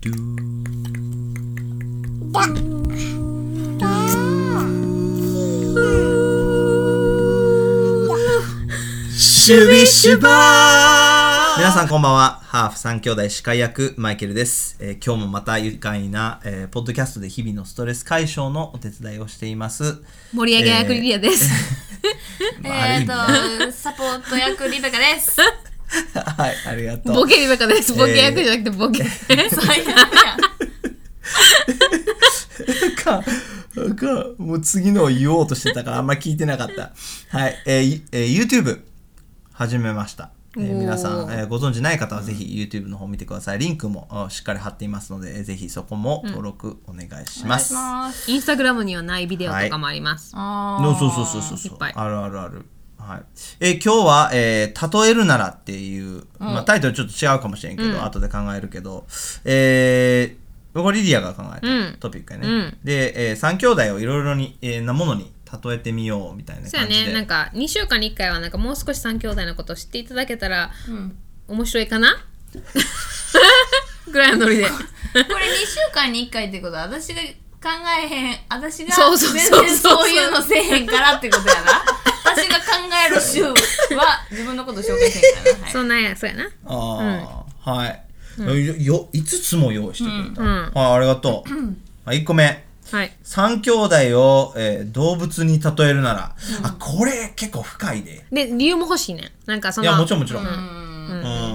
ドゥーだだシュビシュバー皆さんこんばんは。ハーフ三兄弟司会役、マイケルです。えー今日もまた愉快な、えーポッドキャストで日々のストレス解消のお手伝いをしています。盛り上げ役リリアです。まあ、ある意え味っね、とサポート役リベカです はい、ありがとう。ボケリベカです。ボケ役じゃなくてボケ。 最悪やなんか、なんか、もう次のを言おうとしてたからあんま聞いてなかった。はい、えーゆえー YouTube 始めました。えーおー皆さん、えーご存知ない方はぜひ YouTube の方見てください。リンクもあしっかり貼っていますので、えーぜひそこも登録お願いします。ますインスタグラムにはないビデオとかもあります。あのそうそうそうそうそいうっぱいあるあるある、はいえー今日は、えー例えるなら」っていう、まあ、タイトルちょっと違うかもしれんけど、後で考えるけどえー僕はリディアが考えうんたトピックやね、うんで、え3兄弟をいろいろに、えーなものに例えてみようみたいなそうや感じでね。なんか2週間に1回はなんかもう少し3兄弟のことを知っていただけたらーうん面白いかなぐらいのノリで。これ2週間に1回ってことは私が考えへん私がそうそう全そうそう然そういうのせえへんからってことやな 私が考える週は自分のこと紹介せんからな、はいそんなんや、そうやな。ああ、はい、よよ5つも用意してくれた、うんうんはいありがと う、はい、1個目はい。 3兄弟を、えー動物に例えるなら、あこれ結構深いでで、理由も欲しいね。なんかそいの、やもちろんもちろん、うんう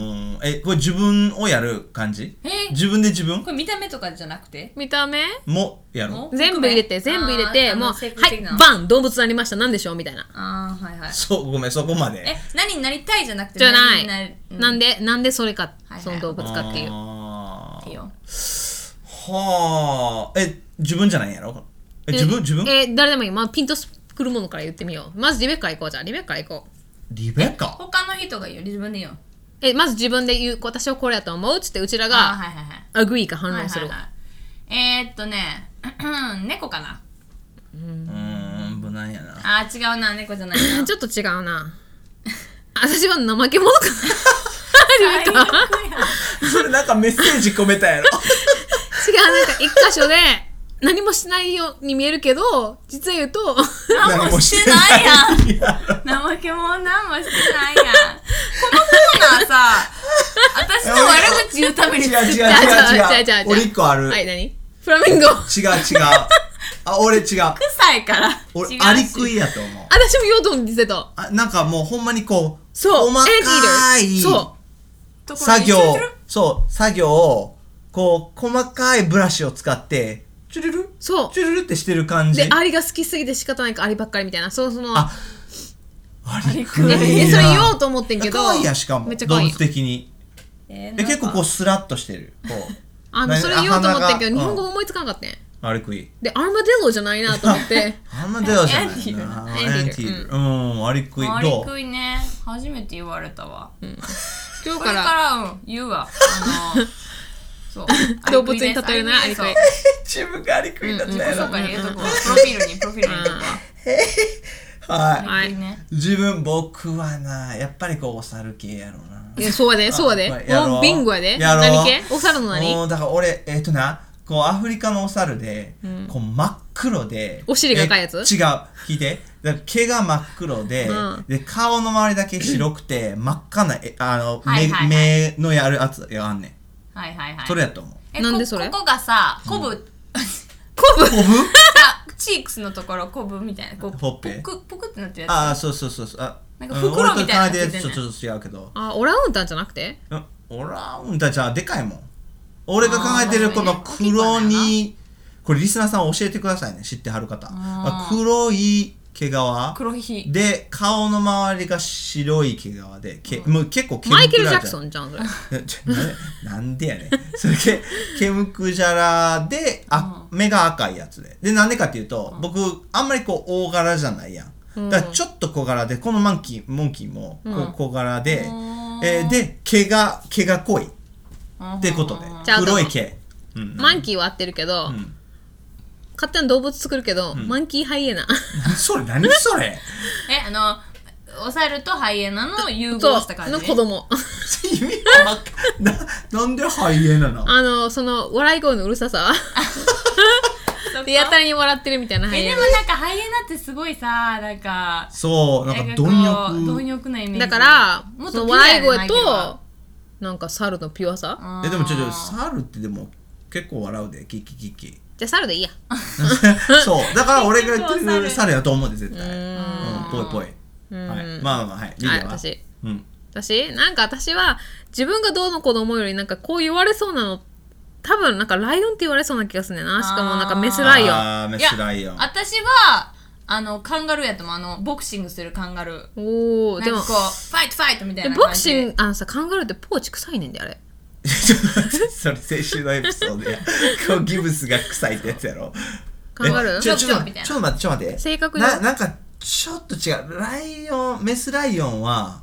んえこれ自分をやる感じえ自分で自分これ見た目とかじゃなくて見た目もやろもう全部入れて、全部入れて、あーもう、あの性格は的いな、バン動物ありました。なんでしょうみたいな。ああはいは いそうごめんそこまでえ何になりたいじゃなくてじゃない。何にななんで、なんでそれかはいは、いその動物かっていう。あーるよはあえ自分じゃないんやろえ自分自分えー誰でもいい、まあ、ピンとくるものから言ってみようまずリベッカ行こうじゃあリベッカ行こうリベカ他の人が言うよ自分で言うのえまず自分で言う私はこれやと思うっつってうちらあーがはいはいはいアグイか反論する、はいはいはいえー、っとね 猫かなうーん無難やなあー違うな猫じゃない なちょっと違うな私は怠け者かなリベッカ違うなんかそれなんかメッセージ込めたやろ一箇所で何もしないように見えるけど実は言うと何もしてないやんいや怠け者なんもしてないやんこのコーナ ーさ私の悪口言うために違う違う違作ったうじゃあじゃあじゃ違う あ俺一個ある、は違いう何フラミンゴあ違うあ俺違う臭いから俺違うしアリクイやと思う私も言おうと思ってたとあなんかもうほんまにこうそう細かエンいリーダーそうところ作に業そう作業をこう細かいブラシを使ってチュルルそうチュルルってしてる感じでアリが好きすぎて仕方ないからアリばっかりみたいなそうそのああれくえいえなそれ言おうと思ってんけど可愛いやしかもめっちゃ動可愛い物的にえーえ結構こうなんかスラッとしてるこう あのそれ言おうと思ってんけど日鼻が本語思いつかなかったねうんあれくいでアルマデロじゃないなと思って あんま出ようじゃないなエンリーダーエンリーダーうんあれくいアどリうクイね初めて言われたわ今日こかれからら、うん、言うわ。あの、そう。 動物に例えるなアリクイそう自分があれくいだった自己や紹ろ介に入れとこう。プロフィールに、プロフィールに入れとこはう。んアリクイね。い自分僕はなやっぱりこうお猿系やろうないやそうやでそうやであやろうもうビンゴやでやろう何系お猿のも何うだから俺えっ、となこうアフリカのお猿で、こう真っ黒でお尻が赤いやつえ違う聞いてだから毛が真っ黒で,、うんで顔の周りだけ白くて真っ赤なえあの、はいはいはい目目のやるやつがあんねん、はいはいはい。それやと思うえなんでこそれここがさ、コブ、コ ブコブあ チークスのところ、コブみたいな。こう、ほっぺぷくぷくってなってるやああそうそうそうそうあなんか袋みたうん俺いなのと隣でついてんねんちょっと違うけどあオランウータンじゃなくてうんオランウータンじゃあでかいもん俺が考えてるこのあーそう黒ねにこれリスナーさん教えてくださいね知ってはる方あー黒い毛皮つ。黒ひ。で顔の周りが白い毛皮でけ、もう結構毛マイケル・じジゃんャクソンじゃんそれ ちょななんでやねんそれけ毛むくじゃらであ目が赤いやつででなんでかっていうと僕あんまりこう大柄じゃないやんだからちょっと小柄でこのマンキーモンキーもこう小柄で、うんえーで毛が毛が濃いっってことでじゃあ黒い毛、うん、 マンキーは合ってるけどん勝手に動物作るけどマンキーハイエナそれ何それえ、あの、抑えるとハイエナの融そ合したう感じの子供意味がわかんななんでハイエナなのあのその笑い声のうるささそっかでやたらに笑ってるみたいなハイえエでナもなんかハイエナってすごいさなんかそうなんかこう貪欲貪欲なイメージだからもっそのとピュア笑やいね声ハイエナはとなんか猿のピュアさあーえでもちょちょ猿ってでも結構笑うでキッキキッキじゃあ猿でいいや そうだから俺が言ってる結構猿猿やと思うで絶対うんんぽいぽいはいまあまあまあはいリリはいーは私うん私なんか私は自分がどうの子供よりなんかこう言われそうなの多分なんかライオンって言われそうな気がするねんなしかもなんかメスライオンあーメいやスライオン私はあのカンガルーやともあのボクシングするカンガルーおおででももこうファイトファイトみたいでなボ感クじシングあのさカンガルーってポーチ臭いねんであれちょっと待って それ先週のエピソードやこうギブスが臭いってやつやろカンガルえーちょちょっとちょっとみたいなちょっと待ってちょっと待って正確にななんかちょっと違うライオンメスライオンは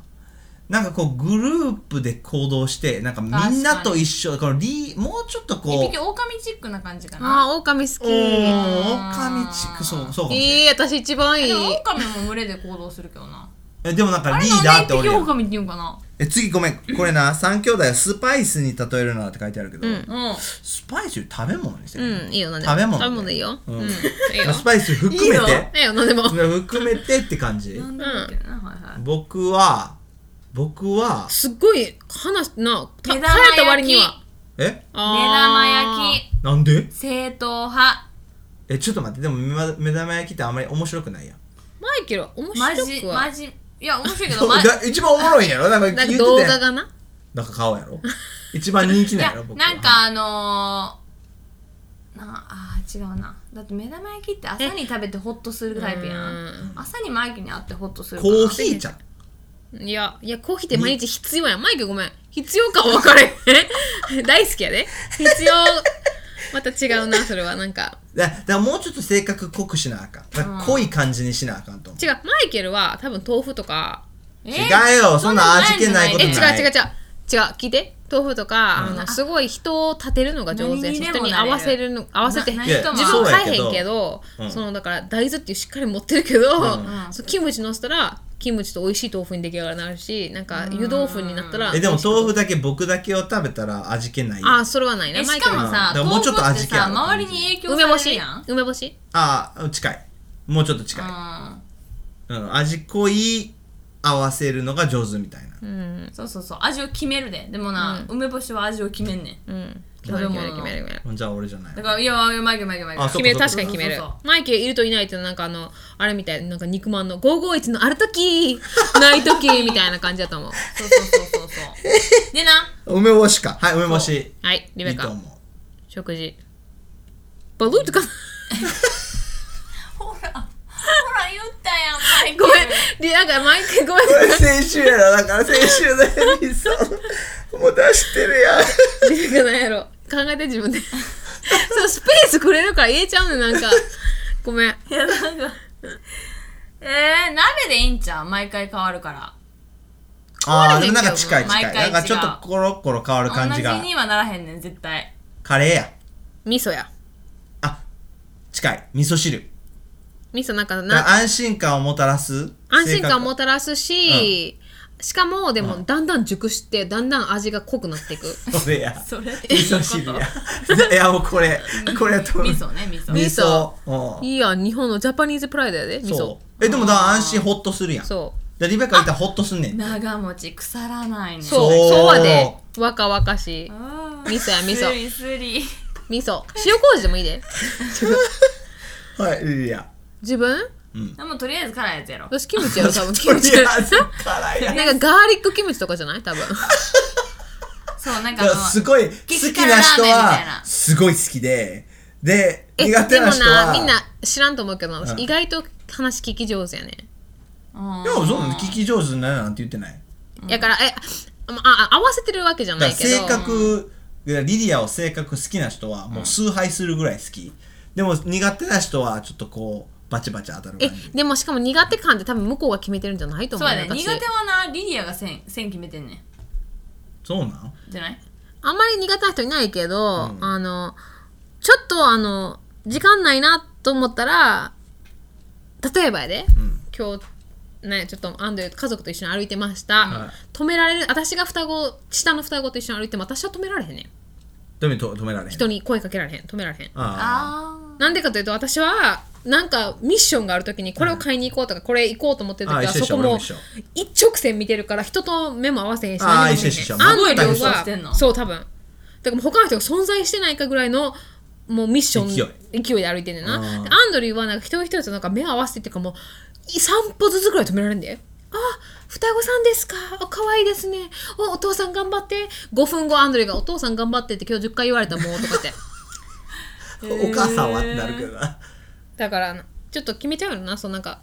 なんかこうグループで行動してなんかみんなと一緒このリーもうちょっと一こ匹う狼チックな感じかなああ狼好おーきオカミチックそうそうかもしれないいい私一番いでいも狼も群れで行動するけどなえでもなんかあリれーダなーんってで一俺匹やん狼って言うんかなえ次ごめんこれな三兄弟をスパイスに例えるなって書いてあるけど、うんスパイスより食べ物にしてる、うんいいよなんで食べ物もね食べ物でいいようんうんいいよスパイス含めいいよてええよ何でも含めてって感じなんでもいいけどなはいはい僕は僕はすっごい話なた耐目玉えた割には焼え目玉焼ききなんで正統派えちょっと待ってでも目玉目玉焼きってあんまり面白くないやんマイケルは面マ白ジくはマジいや面白いけそど うマジだ一番おもろいんやろなんか言なっんててか動画がななんか顔やろ一番人気いなんややろ僕はなんかあのーなあー違うなだって目玉焼きって朝に食べてホッとするタイプやん朝にマイキに会ってホッとするコからーヒーちゃんいやいやコーヒーって毎日必要やんマイケルごめん必要か分かれ へん大好きやで必要また違うなそれはなんかだだからもうちょっと性格濃くしなあかんだから濃い感じにしなあかんと思う違うマイケルは多分豆腐とかえ違うよそんな味気ないこえと違う違う違う違ないう聞いて豆腐とか、あのすごい人を立てるのが上手やし何にで人もになれ合るわせるの合わせてなや何とも自合分わそうせや買えへんけどそうんのだから大豆っていうしっかり持ってるけど、んそうキムチのせたらキムチと美味しい豆腐に出来上がるしなんか湯豆腐になったらえでも豆腐だけ僕だけを食べたら味気ないああそれはないねえマイしケかルもはうんださからもうちょっと豆腐味って気あさる周りに影響梅さ干れるしやん梅干しああ近いもうちょっと近い、うん、味濃い合わせるのが上手みたいな、うんそうそうそう味を決めるででもな梅干しは味を決めんねんうん決食めべる物決める決める決めるじゃあ俺じゃないだからいやいやマイケルマイケルマイケルあそ決うめるか確かに決めるそうそうマイケルいるといないとなんかあのあれみたいなんか肉まんの551のある時ない時みたいな感じだと思うそうそ うそうそうそうでな梅干しかはい梅干しはいリいベいとカ思う食事バルーとかほらほら言ったやんマイケルごめんリなんかマイケルごめんこれ先週やろだから先週のエピソードもう出してる やん出てこないやろ考えて自分でそうスペースくれるから言えちゃうねなんかごめんいやなんかえー、鍋でいいんちゃう毎回変わるからあー変わるねでもなんか近い近い毎回なん違うかちょっとコロコロ変わる感同じじがにはならへんねん絶対カレーや味噌やあ近い味噌汁味噌なんかだなから安心感をもたらす安心感性をもたらすし、しかもでも、だんだん熟してだんだん味が濃くなっていく格それやそれって味噌汁や いやもうこれこれやと思う味噌ね味噌味噌うんいいやん日本のジャパニーズプライドやで味噌そそうえでもだから安心ホッとするやんうそでリベカいたらホッとすんねん長持ち腐らないねううそうやで若々しいあー味噌や味噌スリスリ味噌塩麹でもいいではいいや自分でもとりあえず辛いやつやろ私キムチ やろ多分キとりムチあえず辛いやなんかガーリックキムチとかじゃない多分そうなんかだあかのらすごい好激き辛な人ラーメンみたいはなすごい好きででえ 苦手でもな人なはみんな知らんと思うけど私、うん意外と話聞き上手やね、うんいやそうなの聞き上手になるなんて言ってないやからえあああ合わせてるわけじゃだからないけ性ど格リリアを性格好きな人はもう崇拝するぐらい好きでも苦手な人はちょっとこうバチバチ当たるえ感じでもしかも苦手感って多分向こうが決めてるんじゃないとそ思ううやね私苦手はなリリアが線線決めてんねんそうなんじゃないあんまり苦手な人いないけど、あのちょっとあの時間ないなと思ったら例えばやで、今日ね、ちょっとアンドリュー家族と一緒に歩いてました、はい止められる私が双子下の双子と一緒に歩いても私は止められへんねんでもと止められへん人に声かけられへん止められへんああなんでかというと私はなんかミッションがある時にこれを買いに行こうとかこれ行こうと思ってる時あは一緒一緒そこ俺もも一緒一直線見てるから人と目も合わせへんしあー何もせへん一緒一緒アンドリュ全くー一緒してんはのそう多分だからもう他の人が存在してないかぐらいのもうミッション勢勢いで歩いてんねんなあーでアンドリューはなんか一人一人となんか目合わせてっていうかもう3歩ずつぐらい止められんであ双子さんですかお可愛いですねおお父さん頑張って5分後アンドリューが「お父さん頑張って」って今日10回言われたもうとかってあーお母さんはってなるけどなだからちょっと決めちゃうよなそうなんか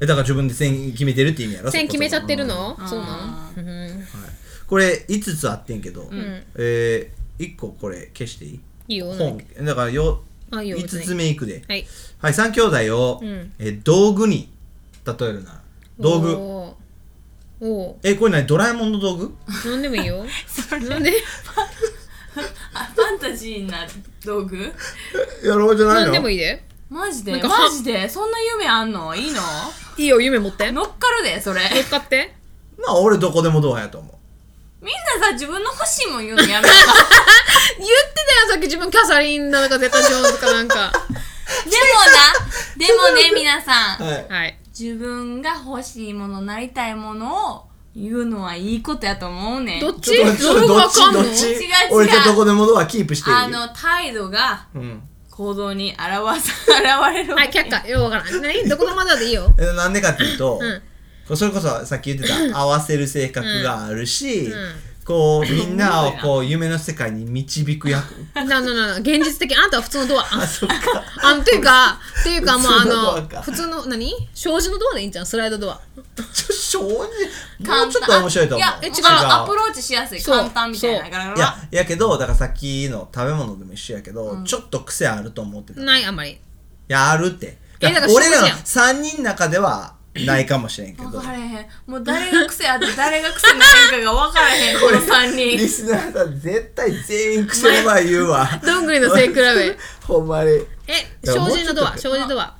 えだから自分で線決めてるって意味やろ線決めちゃってるそこのうんそうなあのうんそこはい、これ5つあってんけど、んえー、1個これ消していいいいよ本だからよあいいよ別に5つ目いくではいはい、三兄弟を、うんえー道具に例えるなら道具おーおえこれ何ドラえもんの道具ーなんでもいいよ それなんでファンタジーな道 具やろうじゃなん でもいいでマジなんでかマジでそんな夢あんのいいのいいよ夢持って乗乗っかるでそれっかってまあ俺どこでもドアやと思うみんなさ自分の欲しいもん言うのや めろ言ってたよさっき自分キャサリンだとか絶対ジョーンズかな んかでもなでもね皆さんはいはい自分が欲しいものなりたいものを言うのはいいことやと思うねんどっちちょっと道具どっわかちんのどっち違う違う俺とどこでもドアキープしているあの態度がうん行動に現さ 現れるはい却下ようわからん何どこのまだでいいよえなんでかっていうと、うんそれこそさっき言ってた合わせる性格があるし、んこうみんなをこう夢の世界に導く役なななな現実的あんたは普通のドアあそっかあんっていうかっていうかもう普あ通のドアのか普通の何障子のドアでいいんじゃんスライドドアちょ正直も簡単うちょっと面白いと思うやえ違うアプローチしやすいそう簡単みたいなそうガラガラいややけどだからさっきの食べ物でも一緒やけど、ちょっと癖あると思ってた、いないあんまりやあるってえだから俺らの食事やん3人の中ではないかもしれんけど分からへんもう誰が癖あ って誰が癖ないかが分からへんこの3リ人スナーさん絶対全員癖の前言うわどんぐ りの背 比べほんまにえや障子のドもアうち障子のドア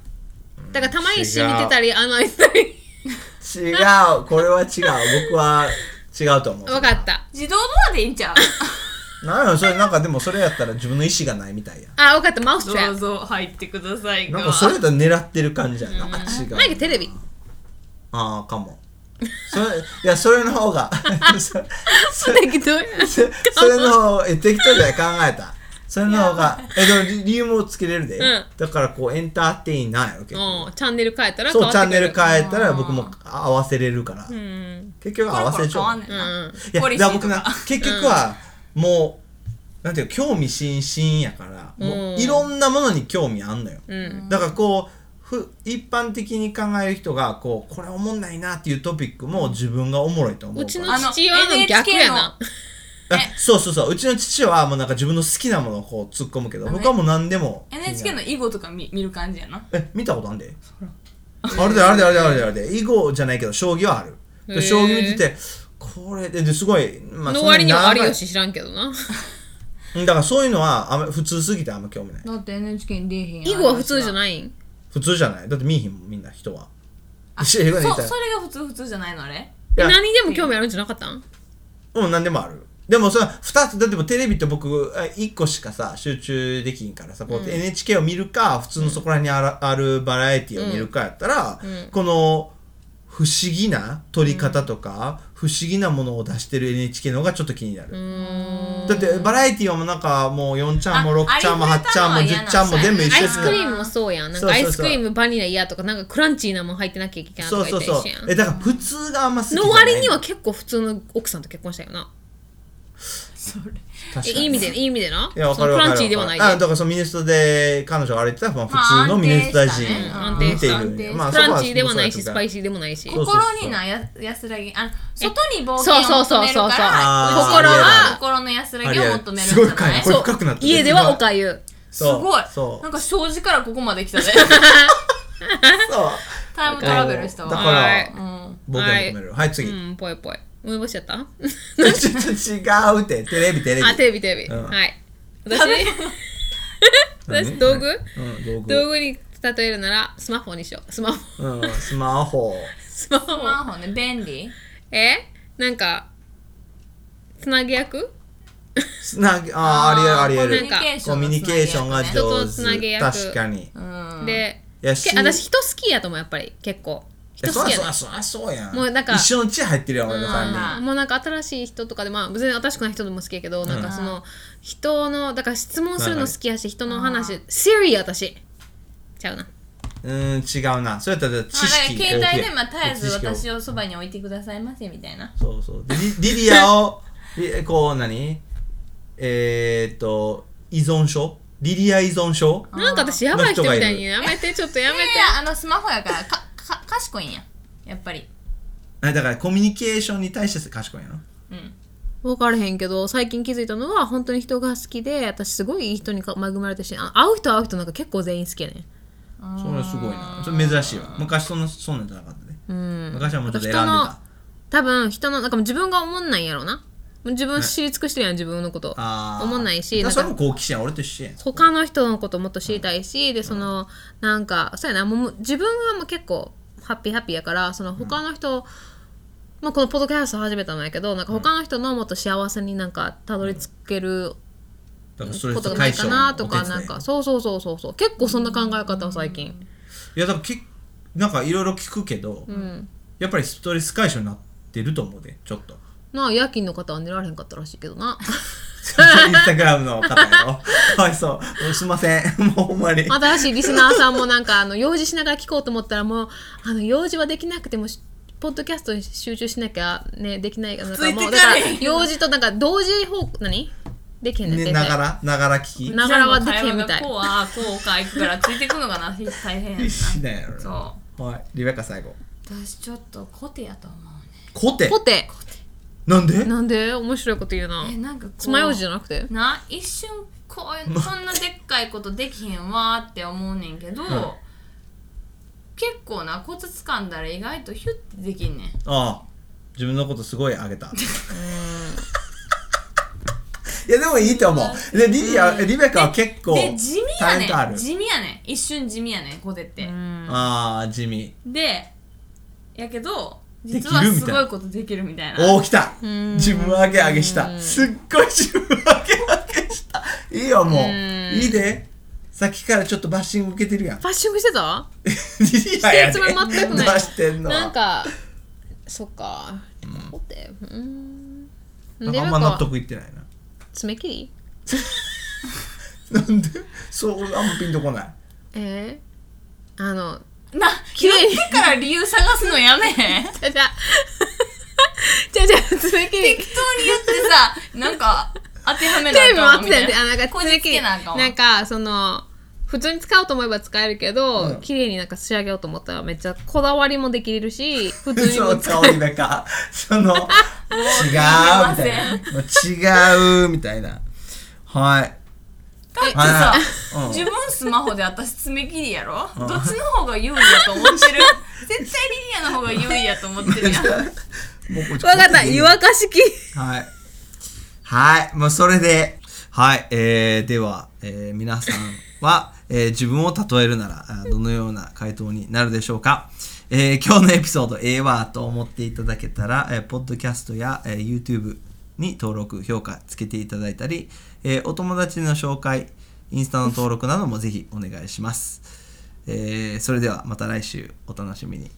だからたまに染みてたり穴開いてたり違うこれは違う僕は違うと思う分かった自動ドアでいいんちゃうなんやそれなんかでもそれやったら自分の意思がないみたいやあ分かったマウスどチャうぞ入ってくださいなんかそれやったら狙ってる感じやな、あ違う眉毛テレビああかもそれいやそれの方 がそそれ適当やそれの方え適当じゃない考えたそれの方がえでも理理由もつけれるで、うんだからこうエンターテインなんやろ結構うんチャンネル変えたら変そわうチってャンくネルる変えたら僕も合わせれるから、うん結局合わせちゃうコロコロ変わんねんうな、んいやポリシだーから僕なとか結局はもうなんていうか興味津々やから、もういろんなものに興味あんのよ、うんだからこうふ一般的に考える人がこうこれおもんないなっていうトピックも自分がおもろいと思ううかちらの父親の逆やなあそうそうそううちの父はもうなんか自分の好きなものをこう突っ込むけど僕はもう何でも NHK の囲碁とか見見る感じやなえ見たことあんであれであれであれであれであれで囲碁じゃないけど将棋はあるへーで将棋見ててこれでですごい、まの割にはそんな長い有吉知らんけどなうんだからそういうのはあんま普通すぎてあんま興味ないだって NHK に出えへん囲碁は普通じゃいないん普通じゃないだって見えひんもんみんな人はあ一緒にそ言ううの言っそれたが普通普通じゃないのあれいや何でも興味あるんじゃなかったんらうん何でもあるでもそれは2つだってもうテレビって僕1個しかさ集中できんからさこう NHK を見るか普通のそこら辺にあらあるバラエティを見るかやったら、この不思議な撮り方とか、不思議なものを出してる NHK の方がちょっと気になる、だってバラエティはもうなんかもう4ちゃんもあ6ちゃんもあり8ふれちたゃんのもは嫌な10ちゃんも全部一ア緒イですスかクらリームもそうやんなんそかうアそうそうイスクリームバニラ嫌とかなんかクランチーなもん入ってなきゃいけないそとうかそうそう言って一緒やんえだから普通があんま好きじゃないの割には結構普通の奥さんと結婚したよなそれ確えかにいい意味でいい意味でないやわかるわかるそのクランわかチーるではないであだからそのミネストで彼女があれって言ったらまあ普通のミネスト大人まあ安定見したていね安定しるたまあクそこラはンチーではないしスパイシシーでもないしそうそう心になや安らぎあ外に冒険そうそうを求そうめるそうそうか心らあーは心の安らぎを求めるんじゃないすごい深いこそれう深くなってる家ではおかゆすごいそう なんか障子からここまで来たねそうタイムトラベルしただわから、はいうん僕が求めるはい次、うんぽいぽい梅干しやった ちょっと違うってテレビテレビあテレビテレビうんはい私私何道具うん道具道具に例えるならスマホにしようスマホうんスマホスマホスマホね便利えなんかつなぎ役つなぎああありえるありえるなんかコミュニケーションが人上と手つなげ役確かにうんで、いやけし私人好きやと思うやっぱり結構い人やそ好りきゃやそねりゃそりゃそうやんもうなんか一緒の血入ってるやん俺の3人うんもうなんか新しい人とかでまあ別に新しくない人でも好きやけど、なんかその人のだから質問するの好きやし人の話、シリ私ちゃうなうーん違うなそれやったら知まあ、だから識携帯で、まあ、絶えず知識私をそばに置いてくださいませみたいな。そうそうでリリディアをリこう何えー、っと依存症リディア依存症なんか私やばい人みたいにやめてちょっとやいめやいてや、あのスマホやから、か、か、賢いんや。やっぱり。あだからコミュニケーションに対して賢いのうん。分からへんけど最近気づいたのは本当に人が好きで私すごいいい人にか恵まれてるしあ会う人会う人なんか結構全員好きやねそれすごいなそれ珍しいわ昔そんなそんなんじゃなかったねうん昔はもうちょっと選んで人のた多分人のなんかもう自分が思んないんやろうなもう自分知り尽くしてるやん自分のことあー思んないしだなんからそかれも好奇心や俺と一緒やん他の人のこともっと知りたいし、でそのなんかそうやなもう自分がもう結構ハッピーハッピーやからその他の人、まあ、このポッドキャスト始めたんやけどなんか他の人のもっと幸せになんかたどり着けるだからストレことスがない解消かのなとかお手伝ないんかそうそうそうそうそう結構そんな考え方を最近いやだからきなんかいろいろ聞くけど、やっぱりストレス解消になってると思うでちょっと なあ夜勤の方は寝られへんかったらしいけどなインスタグラムの方や ろかわいそうもうすいません もうほんまに新しいリスナーさんもなんかあの用事しながら聞こうと思ったらもうあの用事はできなくてもしポッドキャストに集中しなきゃねできないからなんかもうつだかいてかられへん用事となんか同時方向何できへんねんね絶な対がらながら聞きながらはできへんみたいこうはこうか行くからついてくのがな大変やな。しないやろなそはいリベカ最後う。私ちょっとコテやと思うね。コテポテなんでなんで面白いこと言うなえ、なんかこう。爪楊枝じゃなくてな一瞬こういうそんなでっかいことできへんわーって思うねんけど、結構なコツ掴んだら意外とヒュッてできんねん。ああ自分のことすごいあげた いやでもいいと思うでリリア、リベカは結構で地味タやレントあねんる地味やねん一瞬地味やねんコテって。ああ地味でやけどできる実はみたいすごないことできるみたいなおお来た自分上げ上げしたすっごい自分上げ上げしたいいよもういいでさっきからちょっとバッシング受けてるやん リファッションしてたリアやでしてるつもり全くない出してんのはなんかそっかポテうんなんでかあんま納得いってないな爪切りなんでそう俺あんまピンとこないえー、あのな綺言麗にってから理由探すのやめへん 適じゃじゃ じゃじゃ爪切り当に言ってさなんか当てはめテなレいビもあってみたたんいで、あ、ななんかここじつけなあかんわなんか、その、普通に使おうと思えば使えるけど、うん綺麗になんか仕上げようと思ったらめっちゃこだわりもできるし、普通にそもう使香りだかその違うみたいな違うみたいなはいだってさあらうん自分スマホで私爪切りやろどっちの方が優位やと思ってる絶対リニアの方が優位やと思って るやんもうこれわかった、湯沸かし器。はい。はい。もうそれで、はい。えー、では、えー皆さんは、えー自分を例えるなら、あーどのような回答になるでしょうか。えー今日のエピソード、ええわと思っていただけたら、えー、ポッドキャストや、えー YouTube に登録、評価つけていただいたり、えーお友達の紹介、インスタの登録などもぜひお願いします。えーそれではまた来週お楽しみに。